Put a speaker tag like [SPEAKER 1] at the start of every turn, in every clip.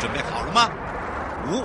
[SPEAKER 1] 准备好了吗？五、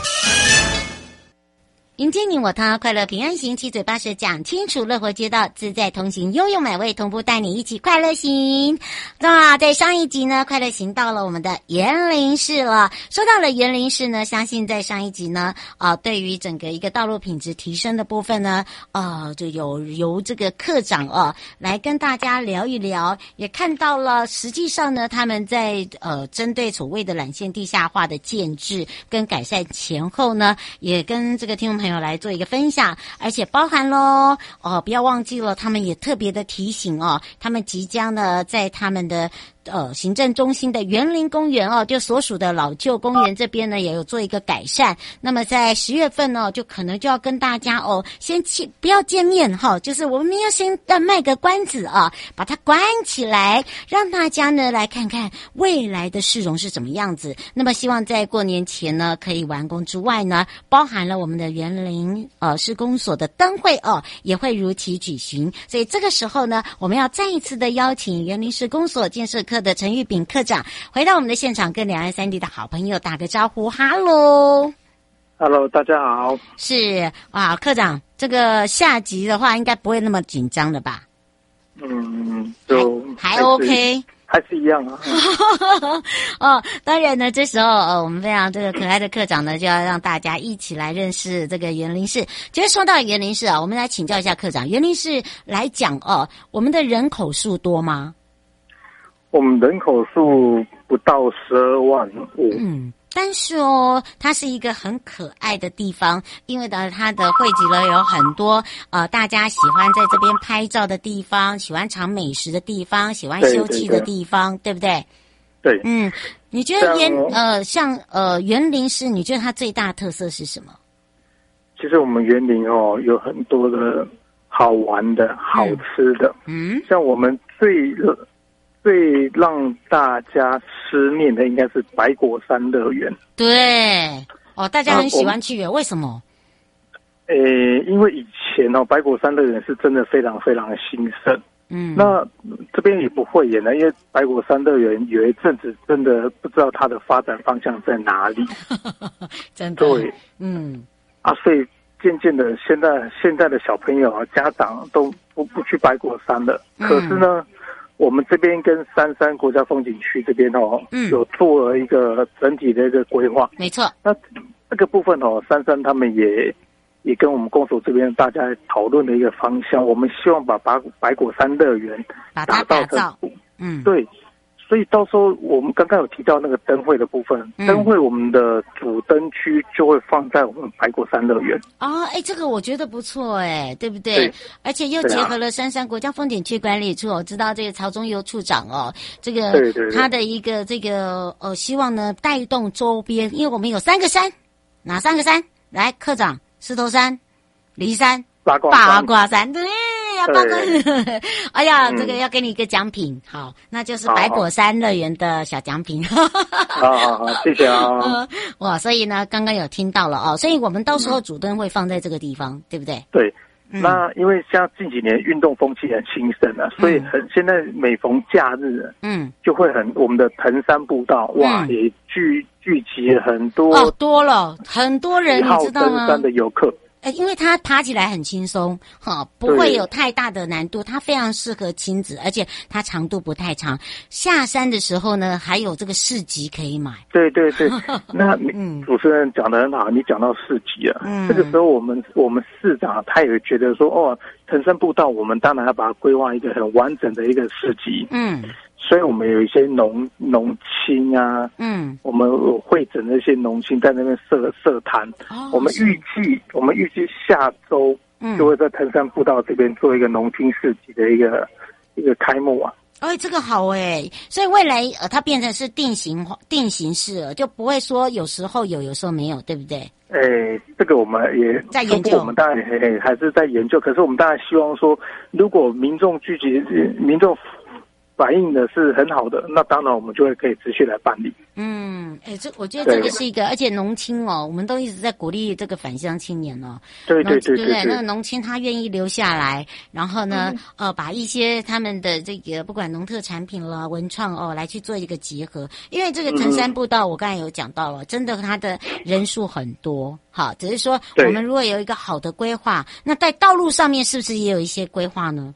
[SPEAKER 2] 迎接你我他，快乐平安行，七嘴八舌讲清楚，乐活街道自在同行，悠悠美味同步带你一起快乐行。那在上一集呢，快乐行到了我们的园林市了。说到了园林市呢，相信在上一集呢，啊、对于整个一个道路品质提升的部分呢，呃，就有由这个课长啊、来跟大家聊一聊，也看到了实际上呢，他们在呃针对所谓的缆线地下化的建制跟改善前后呢，也跟这个听众朋友来做一个分享，而且包含喽哦，不要忘记了，他们也特别的提醒哦，他们即将呢在他们的。呃，行政中心的园林公园哦，就所属的老旧公园这边呢，也有做一个改善。那么在十月份呢、就可能就要跟大家哦，先去不要见面哈、就是我们要先呃卖个关子啊，把它关起来，让大家呢来看看未来的市容是怎么样子。那么希望在过年前呢可以完工之外呢，包含了我们的园林呃施工所的灯会哦，也会如期举行。所以这个时候呢，我们要再一次的邀请园林施工所建设科的陈玉炳科长回到我们的现场，跟两岸三地的好朋友打个招呼，哈喽。
[SPEAKER 3] Hello，大家好。
[SPEAKER 2] 是啊，科长，这个下集的话应该不会那么紧张了吧？
[SPEAKER 3] 嗯，就
[SPEAKER 2] 还
[SPEAKER 3] 是
[SPEAKER 2] OK。
[SPEAKER 3] 还是一样啊。
[SPEAKER 2] 哦，当然呢，这时候呃，我们非常这个可爱的科长呢，就要让大家一起来认识这个园林市。其实说到园林市啊，我们来请教一下科长，园林市来讲哦、我们的人口数多吗？
[SPEAKER 3] 我们人口数不到十二万五，
[SPEAKER 2] 嗯，但是哦，它是一个很可爱的地方，因为呢，它的汇集了有很多呃大家喜欢在这边拍照的地方，喜欢尝美食的地方，喜欢
[SPEAKER 3] 对
[SPEAKER 2] 休
[SPEAKER 3] 对
[SPEAKER 2] 憩的
[SPEAKER 3] 对
[SPEAKER 2] 地方，对不对？
[SPEAKER 3] 对，
[SPEAKER 2] 嗯，你觉得
[SPEAKER 3] 像
[SPEAKER 2] 园
[SPEAKER 3] 我
[SPEAKER 2] 呃像呃园林市，你觉得它最大的特色是什么？
[SPEAKER 3] 其实我们园林哦有很多的好玩的、好吃的，
[SPEAKER 2] 嗯，
[SPEAKER 3] 像我们最最让大家思念的应该是百果山乐园。
[SPEAKER 2] 对，哦，大家
[SPEAKER 3] 啊
[SPEAKER 2] 很喜
[SPEAKER 3] 我
[SPEAKER 2] 欢去耶，为什么？
[SPEAKER 3] 诶，因为以前哦，百果山乐园是真的非常非常的兴盛。
[SPEAKER 2] 嗯，
[SPEAKER 3] 那这边也不会演了，因为百果山乐园有一阵子真的不知道它的发展方向在哪里。
[SPEAKER 2] 真的，
[SPEAKER 3] 对，
[SPEAKER 2] 嗯，
[SPEAKER 3] 啊，所以渐渐的，现在现在的小朋友啊，家长都不不去百果山了。
[SPEAKER 2] 嗯
[SPEAKER 3] 可是呢，我们这边跟三山国家风景区这边哦，
[SPEAKER 2] 嗯
[SPEAKER 3] 有做了一个整体的一个规划。
[SPEAKER 2] 没错，
[SPEAKER 3] 那这个部分哦，三山他们也也跟我们公所这边大家讨论的一个方向，我们希望把百百果山乐园
[SPEAKER 2] 把它
[SPEAKER 3] 打
[SPEAKER 2] 打
[SPEAKER 3] 造
[SPEAKER 2] 造
[SPEAKER 3] 成，
[SPEAKER 2] 嗯，
[SPEAKER 3] 对，所以到时候我们刚刚有提到那个灯会的部分，
[SPEAKER 2] 嗯
[SPEAKER 3] 灯会我们的主灯区就会放在我们百果山乐园。
[SPEAKER 2] 哦，哎，这个我觉得不错，哎，对不对？
[SPEAKER 3] 对
[SPEAKER 2] 而且又
[SPEAKER 3] 对
[SPEAKER 2] 结
[SPEAKER 3] 啊
[SPEAKER 2] 合了杉山国家风景区管理处，我知道这个曹中游处长哦，这个
[SPEAKER 3] 对对对
[SPEAKER 2] 他的一个这个呃，希望呢带动周边，因为我们有三个山，哪三个山？来，科长，狮头山、骊山、
[SPEAKER 3] 八卦
[SPEAKER 2] 八
[SPEAKER 3] 山，
[SPEAKER 2] 卦山，对呀，八卦山。 哎呀，
[SPEAKER 3] 嗯
[SPEAKER 2] 这个要给你一个奖品，好，那就是
[SPEAKER 3] 好
[SPEAKER 2] 百果山乐园的小奖品。
[SPEAKER 3] 好好好，谢谢啊。
[SPEAKER 2] 呃
[SPEAKER 3] 嗯
[SPEAKER 2] 哇，所以呢，刚刚有听到了哦，所以我们到时候主灯会放在这个地方，对不对？
[SPEAKER 3] 对，
[SPEAKER 2] 嗯
[SPEAKER 3] 那因为像近几年运动风气很兴盛啊，所以很现在每逢假日
[SPEAKER 2] 嗯，
[SPEAKER 3] 就会很我们的藤山步道哇，
[SPEAKER 2] 嗯
[SPEAKER 3] 也聚聚集很多
[SPEAKER 2] 哦，多了很多人，
[SPEAKER 3] 喜好
[SPEAKER 2] 你知道
[SPEAKER 3] 登
[SPEAKER 2] 吗？
[SPEAKER 3] 山的游客。
[SPEAKER 2] 呃，因为它爬起来很轻松，哈、不
[SPEAKER 3] 对
[SPEAKER 2] 会有太大的难度，它非常适合亲子，而且它长度不太长。下山的时候呢，还有这个市集可以买。
[SPEAKER 3] 对对 对，那你、
[SPEAKER 2] 嗯
[SPEAKER 3] 主持人讲的很好，你讲到市集啊，
[SPEAKER 2] 嗯
[SPEAKER 3] 这个时候我们我们市长他也觉得说，哦，藤山步道我们当然要把它规划一个很完整的一个市集，
[SPEAKER 2] 嗯
[SPEAKER 3] 所以我们有一些农农青啊，
[SPEAKER 2] 嗯，
[SPEAKER 3] 我们会整那些农青在那边设设摊，
[SPEAKER 2] 哦
[SPEAKER 3] 我们预计我们预计下周
[SPEAKER 2] 嗯
[SPEAKER 3] 就，会在藤山步道这边做一个农青市集的一个一个开幕啊，
[SPEAKER 2] 哎，这个好哎，所以未来呃，它变成是定型化、定型式了，就不会说有时候有，有时候没有，对不对？
[SPEAKER 3] 诶，呃这个我们也
[SPEAKER 2] 在研究
[SPEAKER 3] 初步我们当然嘿嘿还是在研究，可是我们当然希望说，如果民众聚集、呃民众反映的是很好的，那当然我们就会可以持续来办理。
[SPEAKER 2] 嗯，哎，这我觉得这个
[SPEAKER 3] 对
[SPEAKER 2] 是一个，而且农青哦，我们都一直在鼓励这个返乡青年哦，
[SPEAKER 3] 对
[SPEAKER 2] 农
[SPEAKER 3] 对
[SPEAKER 2] 对
[SPEAKER 3] 对
[SPEAKER 2] 不
[SPEAKER 3] 对
[SPEAKER 2] 那个
[SPEAKER 3] 对，
[SPEAKER 2] 农青他愿意留下来，然后呢，
[SPEAKER 3] 嗯
[SPEAKER 2] 呃，把一些他们的这个不管农特产品啦、文创哦，来去做一个结合。因为这个城
[SPEAKER 3] 嗯
[SPEAKER 2] 山步道，我刚才有讲到了，真的它的人数很多，好，只是说
[SPEAKER 3] 对
[SPEAKER 2] 我们如果有一个好的规划，那在道路上面是不是也有一些规划呢？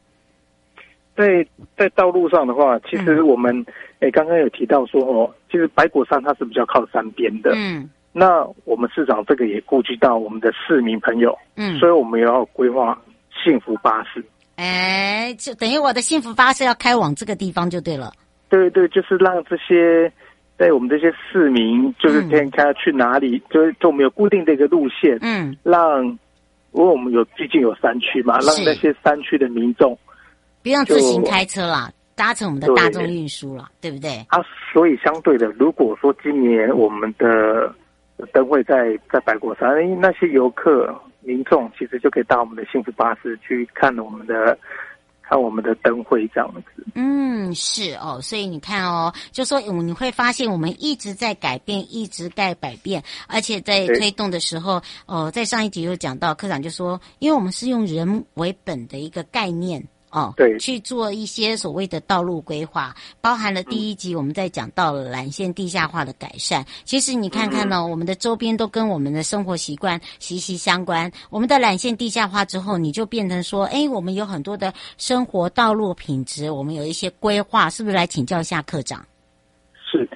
[SPEAKER 3] 在在道路上的话，其实我们
[SPEAKER 2] 嗯
[SPEAKER 3] 诶刚刚有提到说哦，其实白果山它是比较靠山边的，
[SPEAKER 2] 嗯
[SPEAKER 3] 那我们市长这个也顾及到我们的市民朋友，
[SPEAKER 2] 嗯
[SPEAKER 3] 所，以我们也要规划幸福巴士。
[SPEAKER 2] 哎，就等于我的幸福巴士要开往这个地方就对了。
[SPEAKER 3] 对对，就是让这些在我们这些市民，就是天开去哪里，就是就我们有固定的一个路线，
[SPEAKER 2] 嗯
[SPEAKER 3] 让因为我们有毕竟有山区嘛，
[SPEAKER 2] 是
[SPEAKER 3] 让那些山区的民众
[SPEAKER 2] 不用自行
[SPEAKER 3] 就
[SPEAKER 2] 开车啦，搭乘我们的
[SPEAKER 3] 对
[SPEAKER 2] 大众运输啦，对不对？
[SPEAKER 3] 啊，所以相对的，如果说今年我们的呃灯会在在白果山，哎那些游客民众其实就可以搭我们的幸福巴士去看我们的看我们的灯会这样子。
[SPEAKER 2] 嗯，是哦，所以你看哦，就说嗯你会发现我们一直在改变，一直在改变，而且在
[SPEAKER 3] 对
[SPEAKER 2] 推动的时候，哦，在上一集有讲到，科长就说，因为我们是用人为本的一个概念。哦，
[SPEAKER 3] 对
[SPEAKER 2] 去做一些所谓的道路规划，包含
[SPEAKER 3] 嗯
[SPEAKER 2] 了第一集我们在讲到了缆线地下化的改善。其实你看
[SPEAKER 3] 嗯
[SPEAKER 2] 看呢、我们的周边都跟我们的生活习惯息息相关。我们的缆线地下化之后，你就变成说，哎，我们有很多的生活道路品质，我们有一些规划，是不是来请教一下科长？
[SPEAKER 3] 是，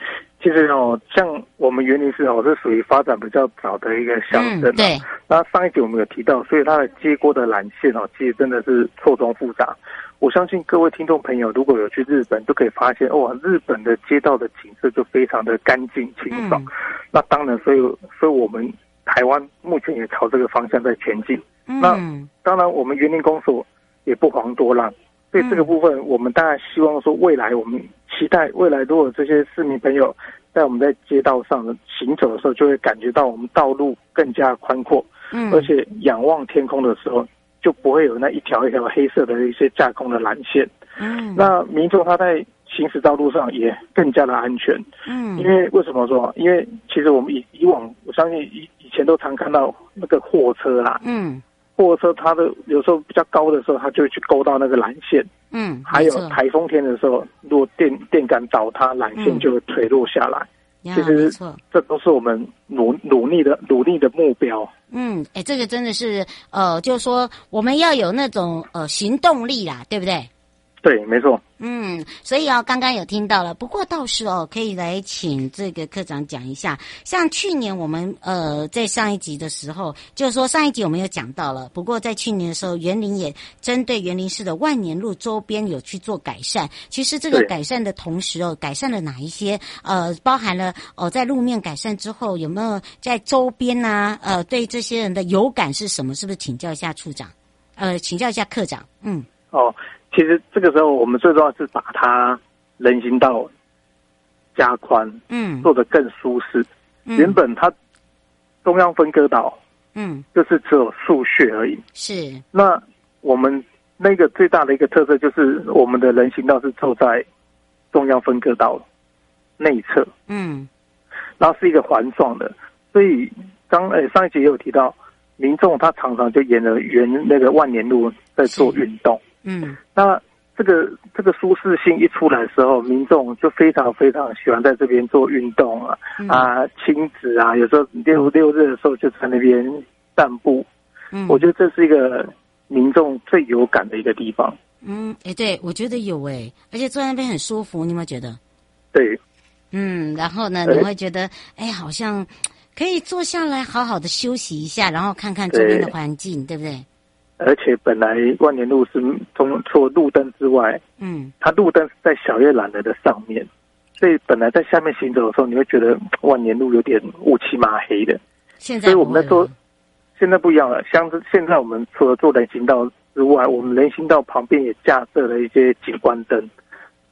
[SPEAKER 3] 其实哦，像我们园林市哦是属于发展比较早的一个乡
[SPEAKER 2] 嗯
[SPEAKER 3] 镇、啊，
[SPEAKER 2] 对，
[SPEAKER 3] 那上一集我们有提到，所以它的接锅的缆线哦，其实真的是错综复杂。我相信各位听众朋友，如果有去日本，就可以发现哇，日本的街道的景色就非常的干净清爽。
[SPEAKER 2] 嗯
[SPEAKER 3] 那当然，所以所以我们台湾目前也朝这个方向在前进。那
[SPEAKER 2] 嗯
[SPEAKER 3] 当然，我们园林公所也不遑多让。所以这个部分，我们当然希望说，未来我们期待未来，如果这些市民朋友在我们在街道上行走的时候，就会感觉到我们道路更加宽阔。
[SPEAKER 2] 嗯，
[SPEAKER 3] 而且仰望天空的时候，就不会有那一条一条黑色的一些架空的缆线。
[SPEAKER 2] 嗯
[SPEAKER 3] 那民众他在行驶道路上也更加的安全，
[SPEAKER 2] 嗯
[SPEAKER 3] 因为为什么说？因为其实我们以以往，我相信以以前都常看到那个货车啦，
[SPEAKER 2] 嗯
[SPEAKER 3] 货车它的有时候比较高的时候，它就会去勾到那个缆线，
[SPEAKER 2] 嗯，
[SPEAKER 3] 还有台风天的时候，如果电电杆倒塌，缆线
[SPEAKER 2] 嗯
[SPEAKER 3] 就会垂落下来。
[SPEAKER 2] 其
[SPEAKER 3] 其
[SPEAKER 2] 没
[SPEAKER 3] 实
[SPEAKER 2] 错，
[SPEAKER 3] 这都是我们努努力的努力的目标。
[SPEAKER 2] 嗯，哎，这个真的是呃，就是说我们要有那种呃行动力啦，对不对？
[SPEAKER 3] 对，没错。
[SPEAKER 2] 嗯，所以哦，刚刚有听到了，不过倒是哦，可以来请这个科长讲一下。像去年我们呃在上一集的时候，就是说上一集我们有讲到了，不过在去年的时候，园林也针对园林市的万年路周边有去做改善。其实这个
[SPEAKER 3] 对
[SPEAKER 2] 改善的同时哦，改善了哪一些？呃，包含了哦、在路面改善之后，有没有在周边呐、呃，对这些人的有感是什么？是不是请教一下处长？呃，请教一下科长。嗯
[SPEAKER 3] 哦，其实这个时候我们最重要是把它人行道加宽，
[SPEAKER 2] 嗯
[SPEAKER 3] 做得更舒适。
[SPEAKER 2] 嗯
[SPEAKER 3] 哦原本它中央分割岛
[SPEAKER 2] 嗯
[SPEAKER 3] 就是只有树穴而已，
[SPEAKER 2] 是
[SPEAKER 3] 那我们那个最大的一个特色就是我们的人行道是坐在中央分割岛内侧，
[SPEAKER 2] 嗯。
[SPEAKER 3] 呃然后是一个环状的，所以刚诶、上一集也有提到，民众他常常就沿着沿那个万年路在做运动。
[SPEAKER 2] 嗯
[SPEAKER 3] 那这个这个舒适性一出来的时候，民众就非常非常喜欢在这边做运动啊，
[SPEAKER 2] 嗯
[SPEAKER 3] 啊，亲子啊，有时候六六日的时候就在那边散步。
[SPEAKER 2] 嗯，
[SPEAKER 3] 我觉得这是一个民众最有感的一个地方。
[SPEAKER 2] 嗯，哎，对，我觉得有哎，而且坐在那边很舒服，你有没有觉得？
[SPEAKER 3] 对，
[SPEAKER 2] 嗯，然后呢，
[SPEAKER 3] 对
[SPEAKER 2] 你会觉得，哎，好像可以坐下来好好的休息一下，然后看看周边的
[SPEAKER 3] 对
[SPEAKER 2] 环境，对不对？
[SPEAKER 3] 而且本来万年路是从除了路灯之外，
[SPEAKER 2] 嗯
[SPEAKER 3] 它路灯是在小叶兰的的上面，所以本来在下面行走的时候，你会觉得嗯万年路有点雾漆麻黑的。，
[SPEAKER 2] 现在
[SPEAKER 3] 所以我
[SPEAKER 2] 不
[SPEAKER 3] 们
[SPEAKER 2] 会
[SPEAKER 3] 在做
[SPEAKER 2] 了，
[SPEAKER 3] 现在不一样了。像是现在我们除了做人行道之外，我们人行道旁边也架设了一些景观灯，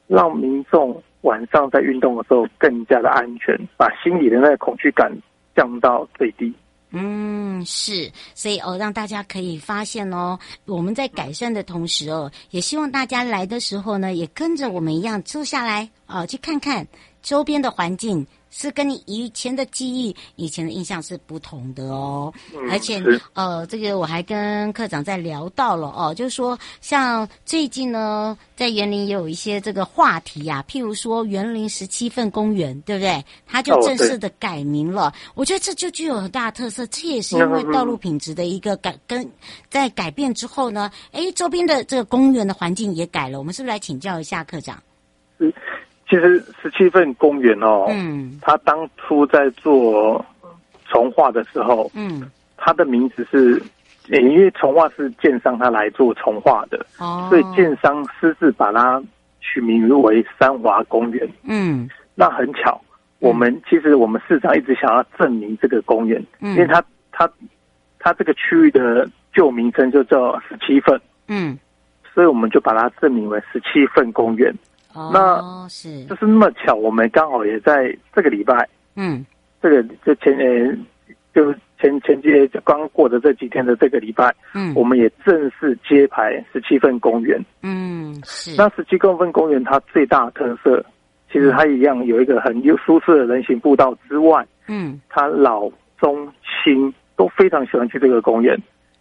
[SPEAKER 3] 让民众晚上在运动的时候更加的安全，把心里的那个恐惧感降到最低。
[SPEAKER 2] 嗯，是，所以哦，让大家可以发现哦，我们在改善的同时哦，也希望大家来的时候呢，也跟着我们一样坐下来啊、去看看周边的环境。是跟你以前的记忆、以前的印象是不同的哦，
[SPEAKER 3] 嗯
[SPEAKER 2] 而且
[SPEAKER 3] 是
[SPEAKER 2] 呃，这个我还跟科长在聊到了哦，就是说像最近呢，在园林也有一些这个话题呀、譬如说园林十七份公园，对不对？它就
[SPEAKER 3] 哦
[SPEAKER 2] 正
[SPEAKER 3] 对
[SPEAKER 2] 式的改名了。我觉得这就具有很大的特色，这也是因为道路品质的一个改跟在改变之后呢，哎，周边的这个公园的环境也改了。我们是不是来请教一下科长？
[SPEAKER 3] 其实十七份公园哦，
[SPEAKER 2] 嗯
[SPEAKER 3] 它当初在做从化的时候，
[SPEAKER 2] 嗯
[SPEAKER 3] 它的名字是，呃因为从化是建商他来做从化的，
[SPEAKER 2] 哦，
[SPEAKER 3] 所以建商私自把它取名为三华公园。
[SPEAKER 2] 嗯
[SPEAKER 3] 那很巧，我们其实我们市长一直想要证明这个公园，
[SPEAKER 2] 嗯
[SPEAKER 3] 因为它它它这个区域的旧名称就叫十七份，
[SPEAKER 2] 嗯
[SPEAKER 3] 所以我们就把它证明为十七份公园。
[SPEAKER 2] 哦
[SPEAKER 3] 那
[SPEAKER 2] 是
[SPEAKER 3] 就是那么巧，我们刚好也在这个礼拜，
[SPEAKER 2] 嗯
[SPEAKER 3] 这个就前呃就前前几就刚过的这几天的这个礼拜，
[SPEAKER 2] 嗯
[SPEAKER 3] 我们也正式揭牌十七份公园。
[SPEAKER 2] 嗯是
[SPEAKER 3] 那十七公分公园它最大的特色，其实它一样有一个很优舒适的人行步道之外。
[SPEAKER 2] 嗯
[SPEAKER 3] 他老中青都非常喜欢去这个公园。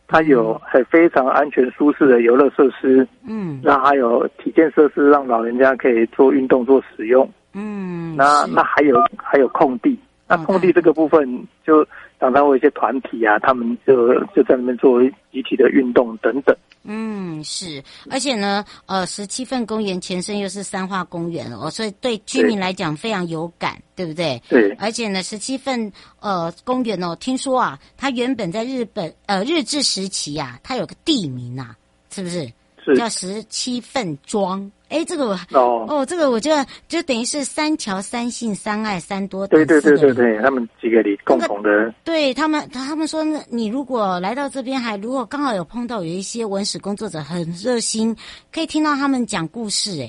[SPEAKER 3] 它有很非常安全舒适的游乐设施，
[SPEAKER 2] 嗯
[SPEAKER 3] 那还有体健设施，让老人家可以做运动做使用。
[SPEAKER 2] 嗯
[SPEAKER 3] 那
[SPEAKER 2] 是
[SPEAKER 3] 那还有还有空地，那
[SPEAKER 2] 嗯
[SPEAKER 3] 空地这个部分就常常会有一些团体啊，他们就就在那边做集体的运动等等。
[SPEAKER 2] 嗯，是，而且呢，呃，十七份公园前身又是三化公园哦，所以对居民
[SPEAKER 3] 对
[SPEAKER 2] 来讲非常有感，对不对？
[SPEAKER 3] 对，
[SPEAKER 2] 而且呢，十七份呃公园哦，听说啊，它原本在日本呃日治时期啊，它有个地名啊，是不是
[SPEAKER 3] 是
[SPEAKER 2] 叫十七份庄？哎，这个我
[SPEAKER 3] 哦，
[SPEAKER 2] 哦，这个我觉得就等于是三桥、三信、三爱、三多等
[SPEAKER 3] 对对
[SPEAKER 2] 四
[SPEAKER 3] 对
[SPEAKER 2] 个
[SPEAKER 3] 对
[SPEAKER 2] 里
[SPEAKER 3] 对，他们几个里共同的，
[SPEAKER 2] 对他们，他们说呢，你如果来到这边还，如果刚好有碰到有一些文史工作者很热心，可以听到他们讲故事、哎，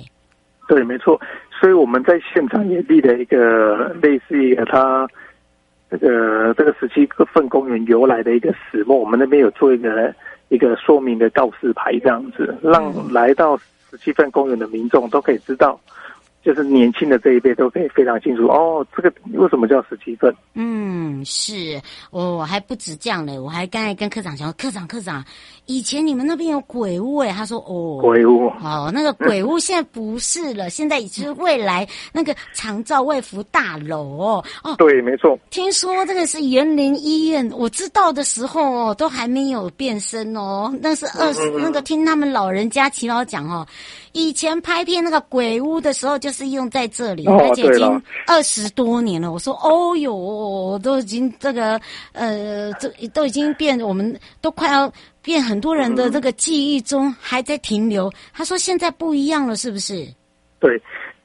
[SPEAKER 3] 对，没错。所以我们在现场也立了一个类似一个它这个这个十七个份公园由来的一个始末，我们那边有做一个一个说明的告示牌，这样子让来到十七份公园的民众都可以知道，就是年轻的这一辈都可以非常清楚哦，这个为什么叫十七份？
[SPEAKER 2] 嗯，是哦，我还不止这样嘞，我还刚才跟科长讲，科长科长，以前你们那边有鬼屋、哎，他说哦，
[SPEAKER 3] 鬼屋。
[SPEAKER 2] 哦，那个鬼屋现在不是了，现在已经是未来那个长照卫福大楼哦，哦，
[SPEAKER 3] 对，没错，
[SPEAKER 2] 听说这个是园林医院，我知道的时候哦，都还没有变身哦。那是二
[SPEAKER 3] 嗯
[SPEAKER 2] 十、那个听他们老人家齐老讲哦，以前拍片那个鬼屋的时候，就是用在这里，
[SPEAKER 3] 哦
[SPEAKER 2] 而且已
[SPEAKER 3] 对
[SPEAKER 2] 经
[SPEAKER 3] 了
[SPEAKER 2] 二十多年了。我说哦哟，我都已经这个呃，这都已经变，我们都快要变很多人的这个记忆中还在停留。他说现在不一样了，是不是？
[SPEAKER 3] 对，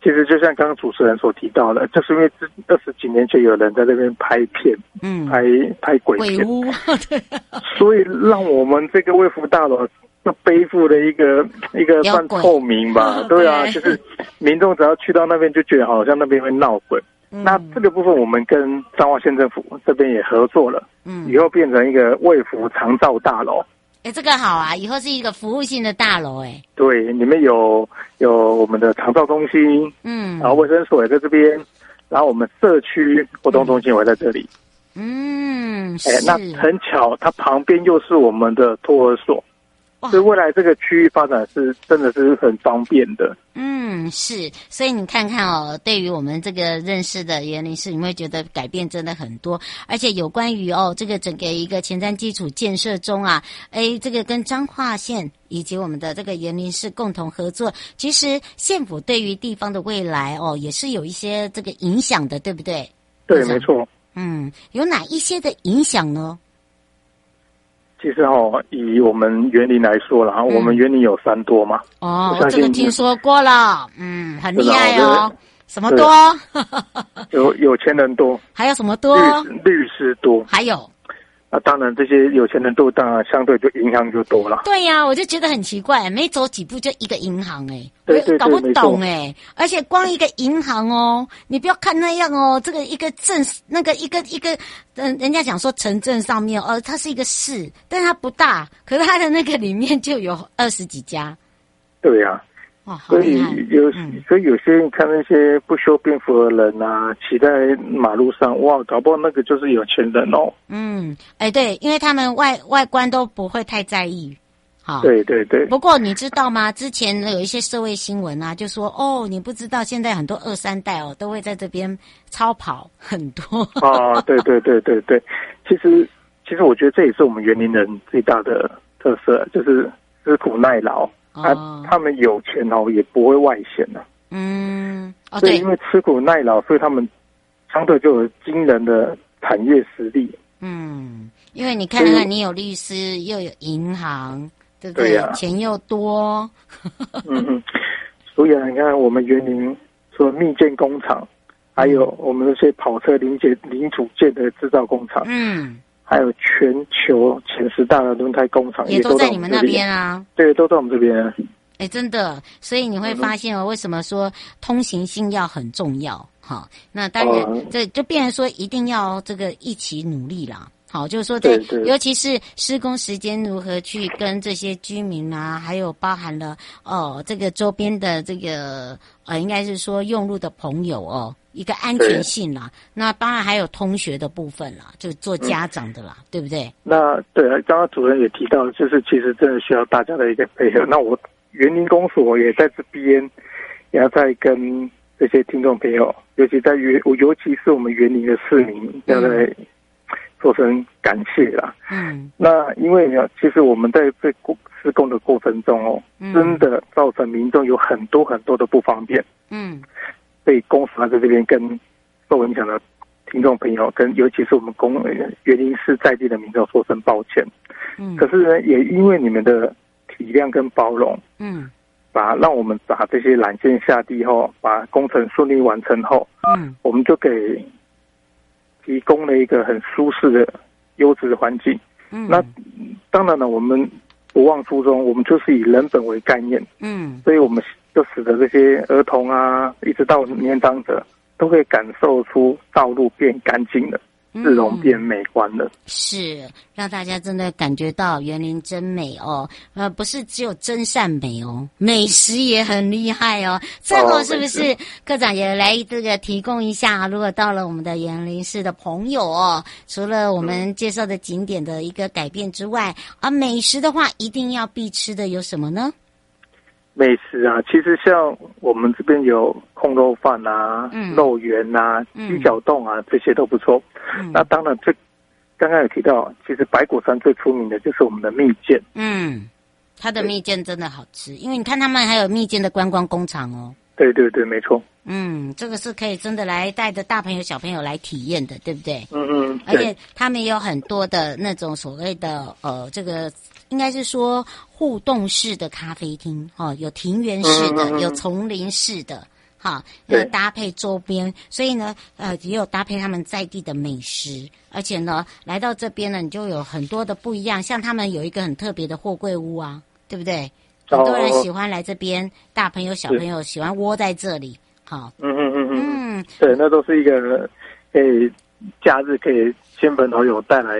[SPEAKER 3] 其实就像刚刚主持人所提到的，就是因为这二十几年前有人在这边拍片，
[SPEAKER 2] 嗯，
[SPEAKER 3] 拍拍鬼片
[SPEAKER 2] 鬼，屋， 对，
[SPEAKER 3] 所以让我们这个卫福大楼就背负了一个一个
[SPEAKER 2] 有
[SPEAKER 3] 算
[SPEAKER 2] 鬼
[SPEAKER 3] 透明吧，
[SPEAKER 2] 对
[SPEAKER 3] 对啊，就是民众只要去到那边就觉得好像那边会闹鬼。
[SPEAKER 2] 嗯
[SPEAKER 3] 那这个部分我们跟彰化县政府这边也合作了，
[SPEAKER 2] 嗯
[SPEAKER 3] 以后变成一个卫福长照大楼。
[SPEAKER 2] 哎，这个好啊，以后是一个服务性的大楼，哎，
[SPEAKER 3] 对，里面有有我们的长照中心，
[SPEAKER 2] 嗯
[SPEAKER 3] 然后卫生所也在这边，然后我们社区活动中心也会在这里。
[SPEAKER 2] 嗯嗯，是
[SPEAKER 3] 哎，那很巧，它旁边又是我们的托儿所，
[SPEAKER 2] 哇
[SPEAKER 3] 所以未来这个区域发展是真的是很方便的。
[SPEAKER 2] 嗯，是，所以你看看哦，对于我们这个认识的园林师，你会觉得改变真的很多，而且有关于哦这个整个一个前瞻基础建设中啊，哎，这个跟彰化县以及我们的这个园林市共同合作，其实县府对于地方的未来哦也是有一些这个影响的，对不对？
[SPEAKER 3] 对
[SPEAKER 2] 是，啊
[SPEAKER 3] 没错。
[SPEAKER 2] 嗯，有哪一些的影响呢？
[SPEAKER 3] 其实哦，以我们园林来说啦，我们园林有三多嘛，
[SPEAKER 2] 嗯哦
[SPEAKER 3] 我，相
[SPEAKER 2] 这个
[SPEAKER 3] 信
[SPEAKER 2] 听说过了，嗯，很厉
[SPEAKER 3] 是的
[SPEAKER 2] 害
[SPEAKER 3] 我觉
[SPEAKER 2] 哦
[SPEAKER 3] 得，
[SPEAKER 2] 什么
[SPEAKER 3] 对
[SPEAKER 2] 多，
[SPEAKER 3] 有有钱人多，
[SPEAKER 2] 还有什么多，
[SPEAKER 3] 律律师多，
[SPEAKER 2] 还有。
[SPEAKER 3] 那当然这些有钱人多，当然相对就银行就多了。
[SPEAKER 2] 对呀、我就觉得很奇怪，没走几步就一个银行哎、
[SPEAKER 3] 对
[SPEAKER 2] 我
[SPEAKER 3] 对对
[SPEAKER 2] 搞不懂哎、
[SPEAKER 3] 没
[SPEAKER 2] 而且光一个银行哦，你不要看那样哦，这个一个镇那个一个一个，嗯、人家讲说城镇上面哦，它是一个市，但它不大，可是它的那个里面就有二十几家，
[SPEAKER 3] 对呀、
[SPEAKER 2] 哇，好
[SPEAKER 3] 所
[SPEAKER 2] 厉
[SPEAKER 3] 以
[SPEAKER 2] 害，
[SPEAKER 3] 有
[SPEAKER 2] 嗯，
[SPEAKER 3] 所以有些你看那些不修边幅的人啊，骑在马路上，哇，搞不好那个就是有钱人哦。
[SPEAKER 2] 嗯，哎、对，因为他们外外观都不会太在意，好，
[SPEAKER 3] 对对对，
[SPEAKER 2] 不过你知道吗？之前有一些社会新闻啊，就说哦，你不知道现在很多二三代哦，都会在这边超跑很多。
[SPEAKER 3] 啊，对对对对对，其实其实我觉得这也是我们园林人最大的特色，就是吃苦耐劳。啊
[SPEAKER 2] 哦，
[SPEAKER 3] 他们有钱哦，也不会外显的、啊。
[SPEAKER 2] 嗯，哦
[SPEAKER 3] 所以
[SPEAKER 2] 对
[SPEAKER 3] 因，为吃苦耐劳，所以他们相对就有惊人的产业实力。
[SPEAKER 2] 嗯，因为你看
[SPEAKER 3] 所
[SPEAKER 2] 看，
[SPEAKER 3] 以
[SPEAKER 2] 你有律师，又有银行，对不
[SPEAKER 3] 对呀
[SPEAKER 2] 钱又多，
[SPEAKER 3] 嗯嗯，所以啊，你看我们园林除了蜜饯工
[SPEAKER 2] 嗯
[SPEAKER 3] 厂，还有我们那些跑车零件、零组件的制造工厂，
[SPEAKER 2] 嗯，
[SPEAKER 3] 还有全球前十大的轮胎工厂，
[SPEAKER 2] 也
[SPEAKER 3] 都
[SPEAKER 2] 都在
[SPEAKER 3] 我
[SPEAKER 2] 你们
[SPEAKER 3] 这
[SPEAKER 2] 那边啊。
[SPEAKER 3] 对，都在我们这边。
[SPEAKER 2] 哎，真的，所以你
[SPEAKER 3] 嗯
[SPEAKER 2] 会发现哦，为什么说通行性要很重要？好，那当然，
[SPEAKER 3] 哦
[SPEAKER 2] 这就变成说一定要这个一起努力啦。好，就是说在
[SPEAKER 3] 对，对
[SPEAKER 2] 尤其是施工时间如何去跟这些居民啊，还有包含了哦，这个周边的这个呃，应该是说用路的朋友哦，一个安全
[SPEAKER 3] 对
[SPEAKER 2] 性啦。那当然还有通学的部分啦，就做
[SPEAKER 3] 嗯
[SPEAKER 2] 家长的啦，对不对？
[SPEAKER 3] 那对，刚刚主任也提到，就是其实真的需要大家的一个配合。那我园林公所也在这边，也要在跟这些听众朋友，尤其在园，尤其是我们园林的市民，要在做声感谢啦。
[SPEAKER 2] 嗯
[SPEAKER 3] 那因为呢，其实我们在这过施工的过程中哦，
[SPEAKER 2] 嗯
[SPEAKER 3] 真的造成民众有很多很多的不方便，
[SPEAKER 2] 嗯
[SPEAKER 3] 所以公所在这边跟受影响的听众朋友，跟尤其是我们公呃园林市在地的民众说声抱歉。
[SPEAKER 2] 嗯
[SPEAKER 3] 可是呢，也因为你们的体谅跟包容，
[SPEAKER 2] 嗯
[SPEAKER 3] 把让我们把这些缆线下地后，把工程顺利完成后，
[SPEAKER 2] 嗯
[SPEAKER 3] 我们就给提供了一个很舒适的、优质的环境。
[SPEAKER 2] 嗯，
[SPEAKER 3] 那当然了，我们不忘初衷，我们就是以人本为概念，
[SPEAKER 2] 嗯
[SPEAKER 3] 所以我们就使得这些儿童啊，一直到年长者，都会感受出道路变干净了，
[SPEAKER 2] 嗯
[SPEAKER 3] 市容变美观了。
[SPEAKER 2] 是让大家真的感觉到园林真美哦，呃，不是只有真善美哦，美食也很厉害哦。最后
[SPEAKER 3] 哦
[SPEAKER 2] 是不是
[SPEAKER 3] 美
[SPEAKER 2] 科长也来这个提供一下？啊如果到了我们的园林市的朋友哦，除了我们介绍的景点的一个改变之外，啊，美食的话一定要必吃的有什么呢？
[SPEAKER 3] 美食啊，其实像我们这边有空肉饭啊、
[SPEAKER 2] 嗯
[SPEAKER 3] 肉圆啊、
[SPEAKER 2] 嗯
[SPEAKER 3] 鸡脚冻啊，这些都不错。
[SPEAKER 2] 嗯
[SPEAKER 3] 那当然最刚刚有提到，其实白果山最出名的就是我们的蜜饯。
[SPEAKER 2] 嗯，它的蜜饯真的好吃，因为你看他们还有蜜饯的观光工厂哦。
[SPEAKER 3] 对对对，没错。
[SPEAKER 2] 嗯，这个是可以真的来带着大朋友小朋友来体验的，对不对？
[SPEAKER 3] 嗯嗯，
[SPEAKER 2] 而
[SPEAKER 3] 对
[SPEAKER 2] 且他们也有很多的那种所谓的呃，这个应该是说互动式的咖啡厅哦，有庭园式的，
[SPEAKER 3] 嗯嗯嗯
[SPEAKER 2] 有丛林式的。哈，那
[SPEAKER 3] 对
[SPEAKER 2] 搭配周边，所以呢，呃，也有搭配他们在地的美食，而且呢，来到这边呢，你就有很多的不一样，像他们有一个很特别的货柜屋啊，对不对？很多人
[SPEAKER 3] 哦
[SPEAKER 2] 喜欢来这边，大朋友小朋友喜欢窝在这里，好，
[SPEAKER 3] 嗯嗯嗯嗯，
[SPEAKER 2] 嗯，
[SPEAKER 3] 对，那都是一个可以假日可以亲朋好友带来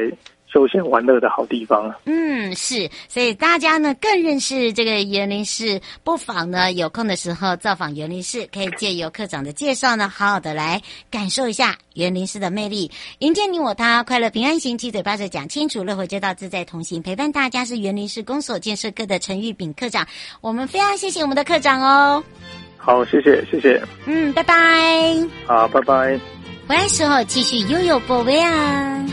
[SPEAKER 3] 休闲玩乐的好地方啊。
[SPEAKER 2] 嗯，是，所以大家呢更认识这个园林市，不妨呢有空的时候造访园林市，可以借由科长的介绍呢，好好的来感受一下园林市的魅力。迎接你我他，快乐平安行，七嘴八舌讲清楚，乐活街道自在同行，陪伴大家是园林市公所建设科的陈玉炳科长。我们非常谢谢我们的科长哦，
[SPEAKER 3] 好，谢谢谢谢，
[SPEAKER 2] 嗯，拜拜。
[SPEAKER 3] 好，拜拜。
[SPEAKER 2] 回来时候继续悠悠波维啊。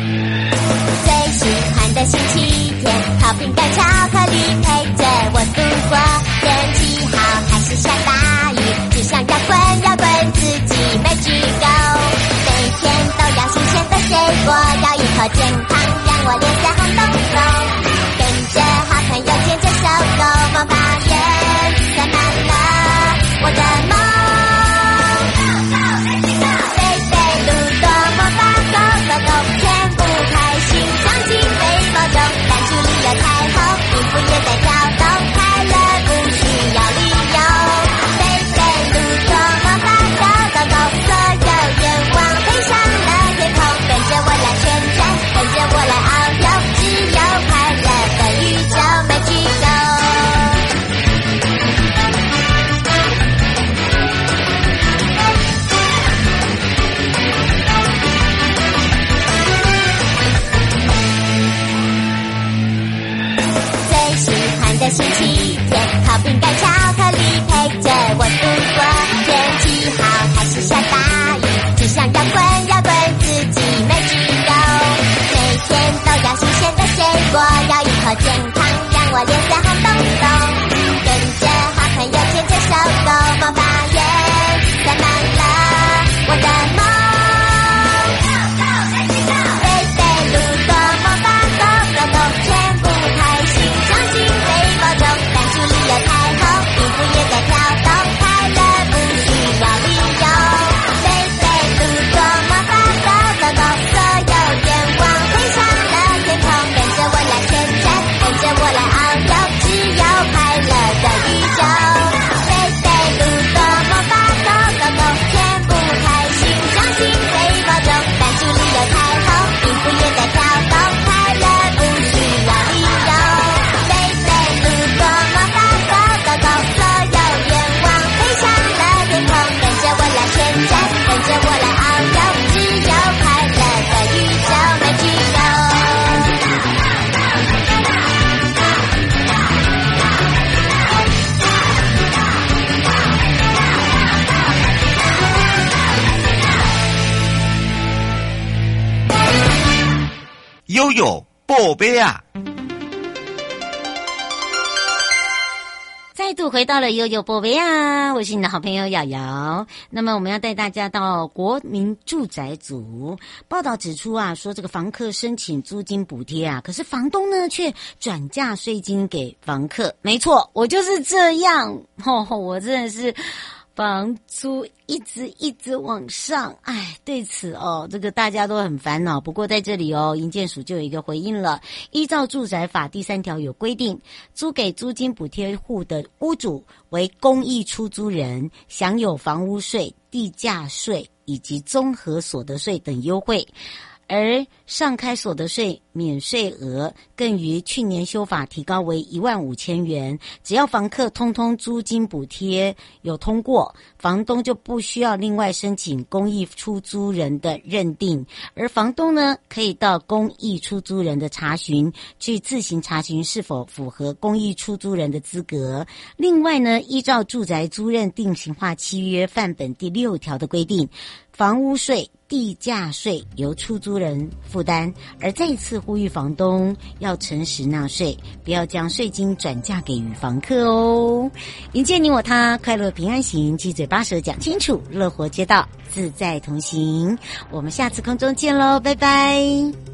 [SPEAKER 4] 最喜欢的星期天，刨冰干、巧克力陪着我度过。天气好还是下大雨，只想摇滚摇滚自己 Magic Go。每天都要新鲜的水果，要一口健康，让我脸颊红彤彤。跟着好朋友牵着小狗，魔法园塞满了我的梦。贝贝鲁多魔法狗狗狗，天不开心，想起被某种单纯理由太厚，幸福也在跳动，快乐不需要理由。贝贝鲁多魔法狗狗狗，所有愿望飞上了天空，跟着我来旋转，跟着我来遨游，只有快乐的宇宙，Magic Go。最喜欢的星期天，烤饼干、巧克力陪着我度过。天气好还是下大雨，只想摇滚摇滚自己 Magic Go。每天都要新鲜的水果，要一口健康，让我脸颊红彤彤。跟着好朋友牵着小狗，魔法园塞满了我的梦。贝贝鲁多魔法狗狗狗，天不开心，伤心被某种单纯理由太厚，幸福也在跳动，快乐不需要理由。贝贝鲁多魔法狗狗狗，所有愿望飞上了天空，跟着我来旋转，跟着我来遨游，只有快乐的宇宙。贝贝鲁多魔法狗狗狗，天不开心，伤心被某种单纯理由太厚，幸福也在跳动，快乐不需要理由。贝贝鲁多魔法狗狗狗，所有愿望飞上了天空，跟着我来旋转，跟着我来遨游，只有快乐的宇宙，Magic Go。
[SPEAKER 1] 悠悠宝贝啊！
[SPEAKER 2] 再度回到了悠悠波维亚，我是你的好朋友瑶瑶。那么我们要带大家到国民住宅组。报道指出啊，说这个房客申请租金补贴啊，可是房东呢却转嫁税金给房客。没错，我就是这样。吼、吼，我真的是。房租一直一直往上，哎，对此哦，这个大家都很烦恼。不过在这里哦，营建署就有一个回应了。依照住宅法第三条有规定，租给租金补贴户的屋主为公益出租人，享有房屋税、地价税以及综合所得税等优惠。而上开所得税免税额更于去年修法提高为一万五千元，只要房客通通租金补贴有通过，房东就不需要另外申请公益出租人的认定，而房东呢可以到公益出租人的查询去自行查询是否符合公益出租人的资格。另外呢，依照住宅租赁定型化契约范本第六条的规定，房屋税、地价税由出租人负担，而再次呼吁房东要诚实纳税，不要将税金转嫁给予房客哦。迎接你我他，快乐平安行，七嘴八舌讲清楚，乐活街道自在同行。我们下次空中见喽，拜拜。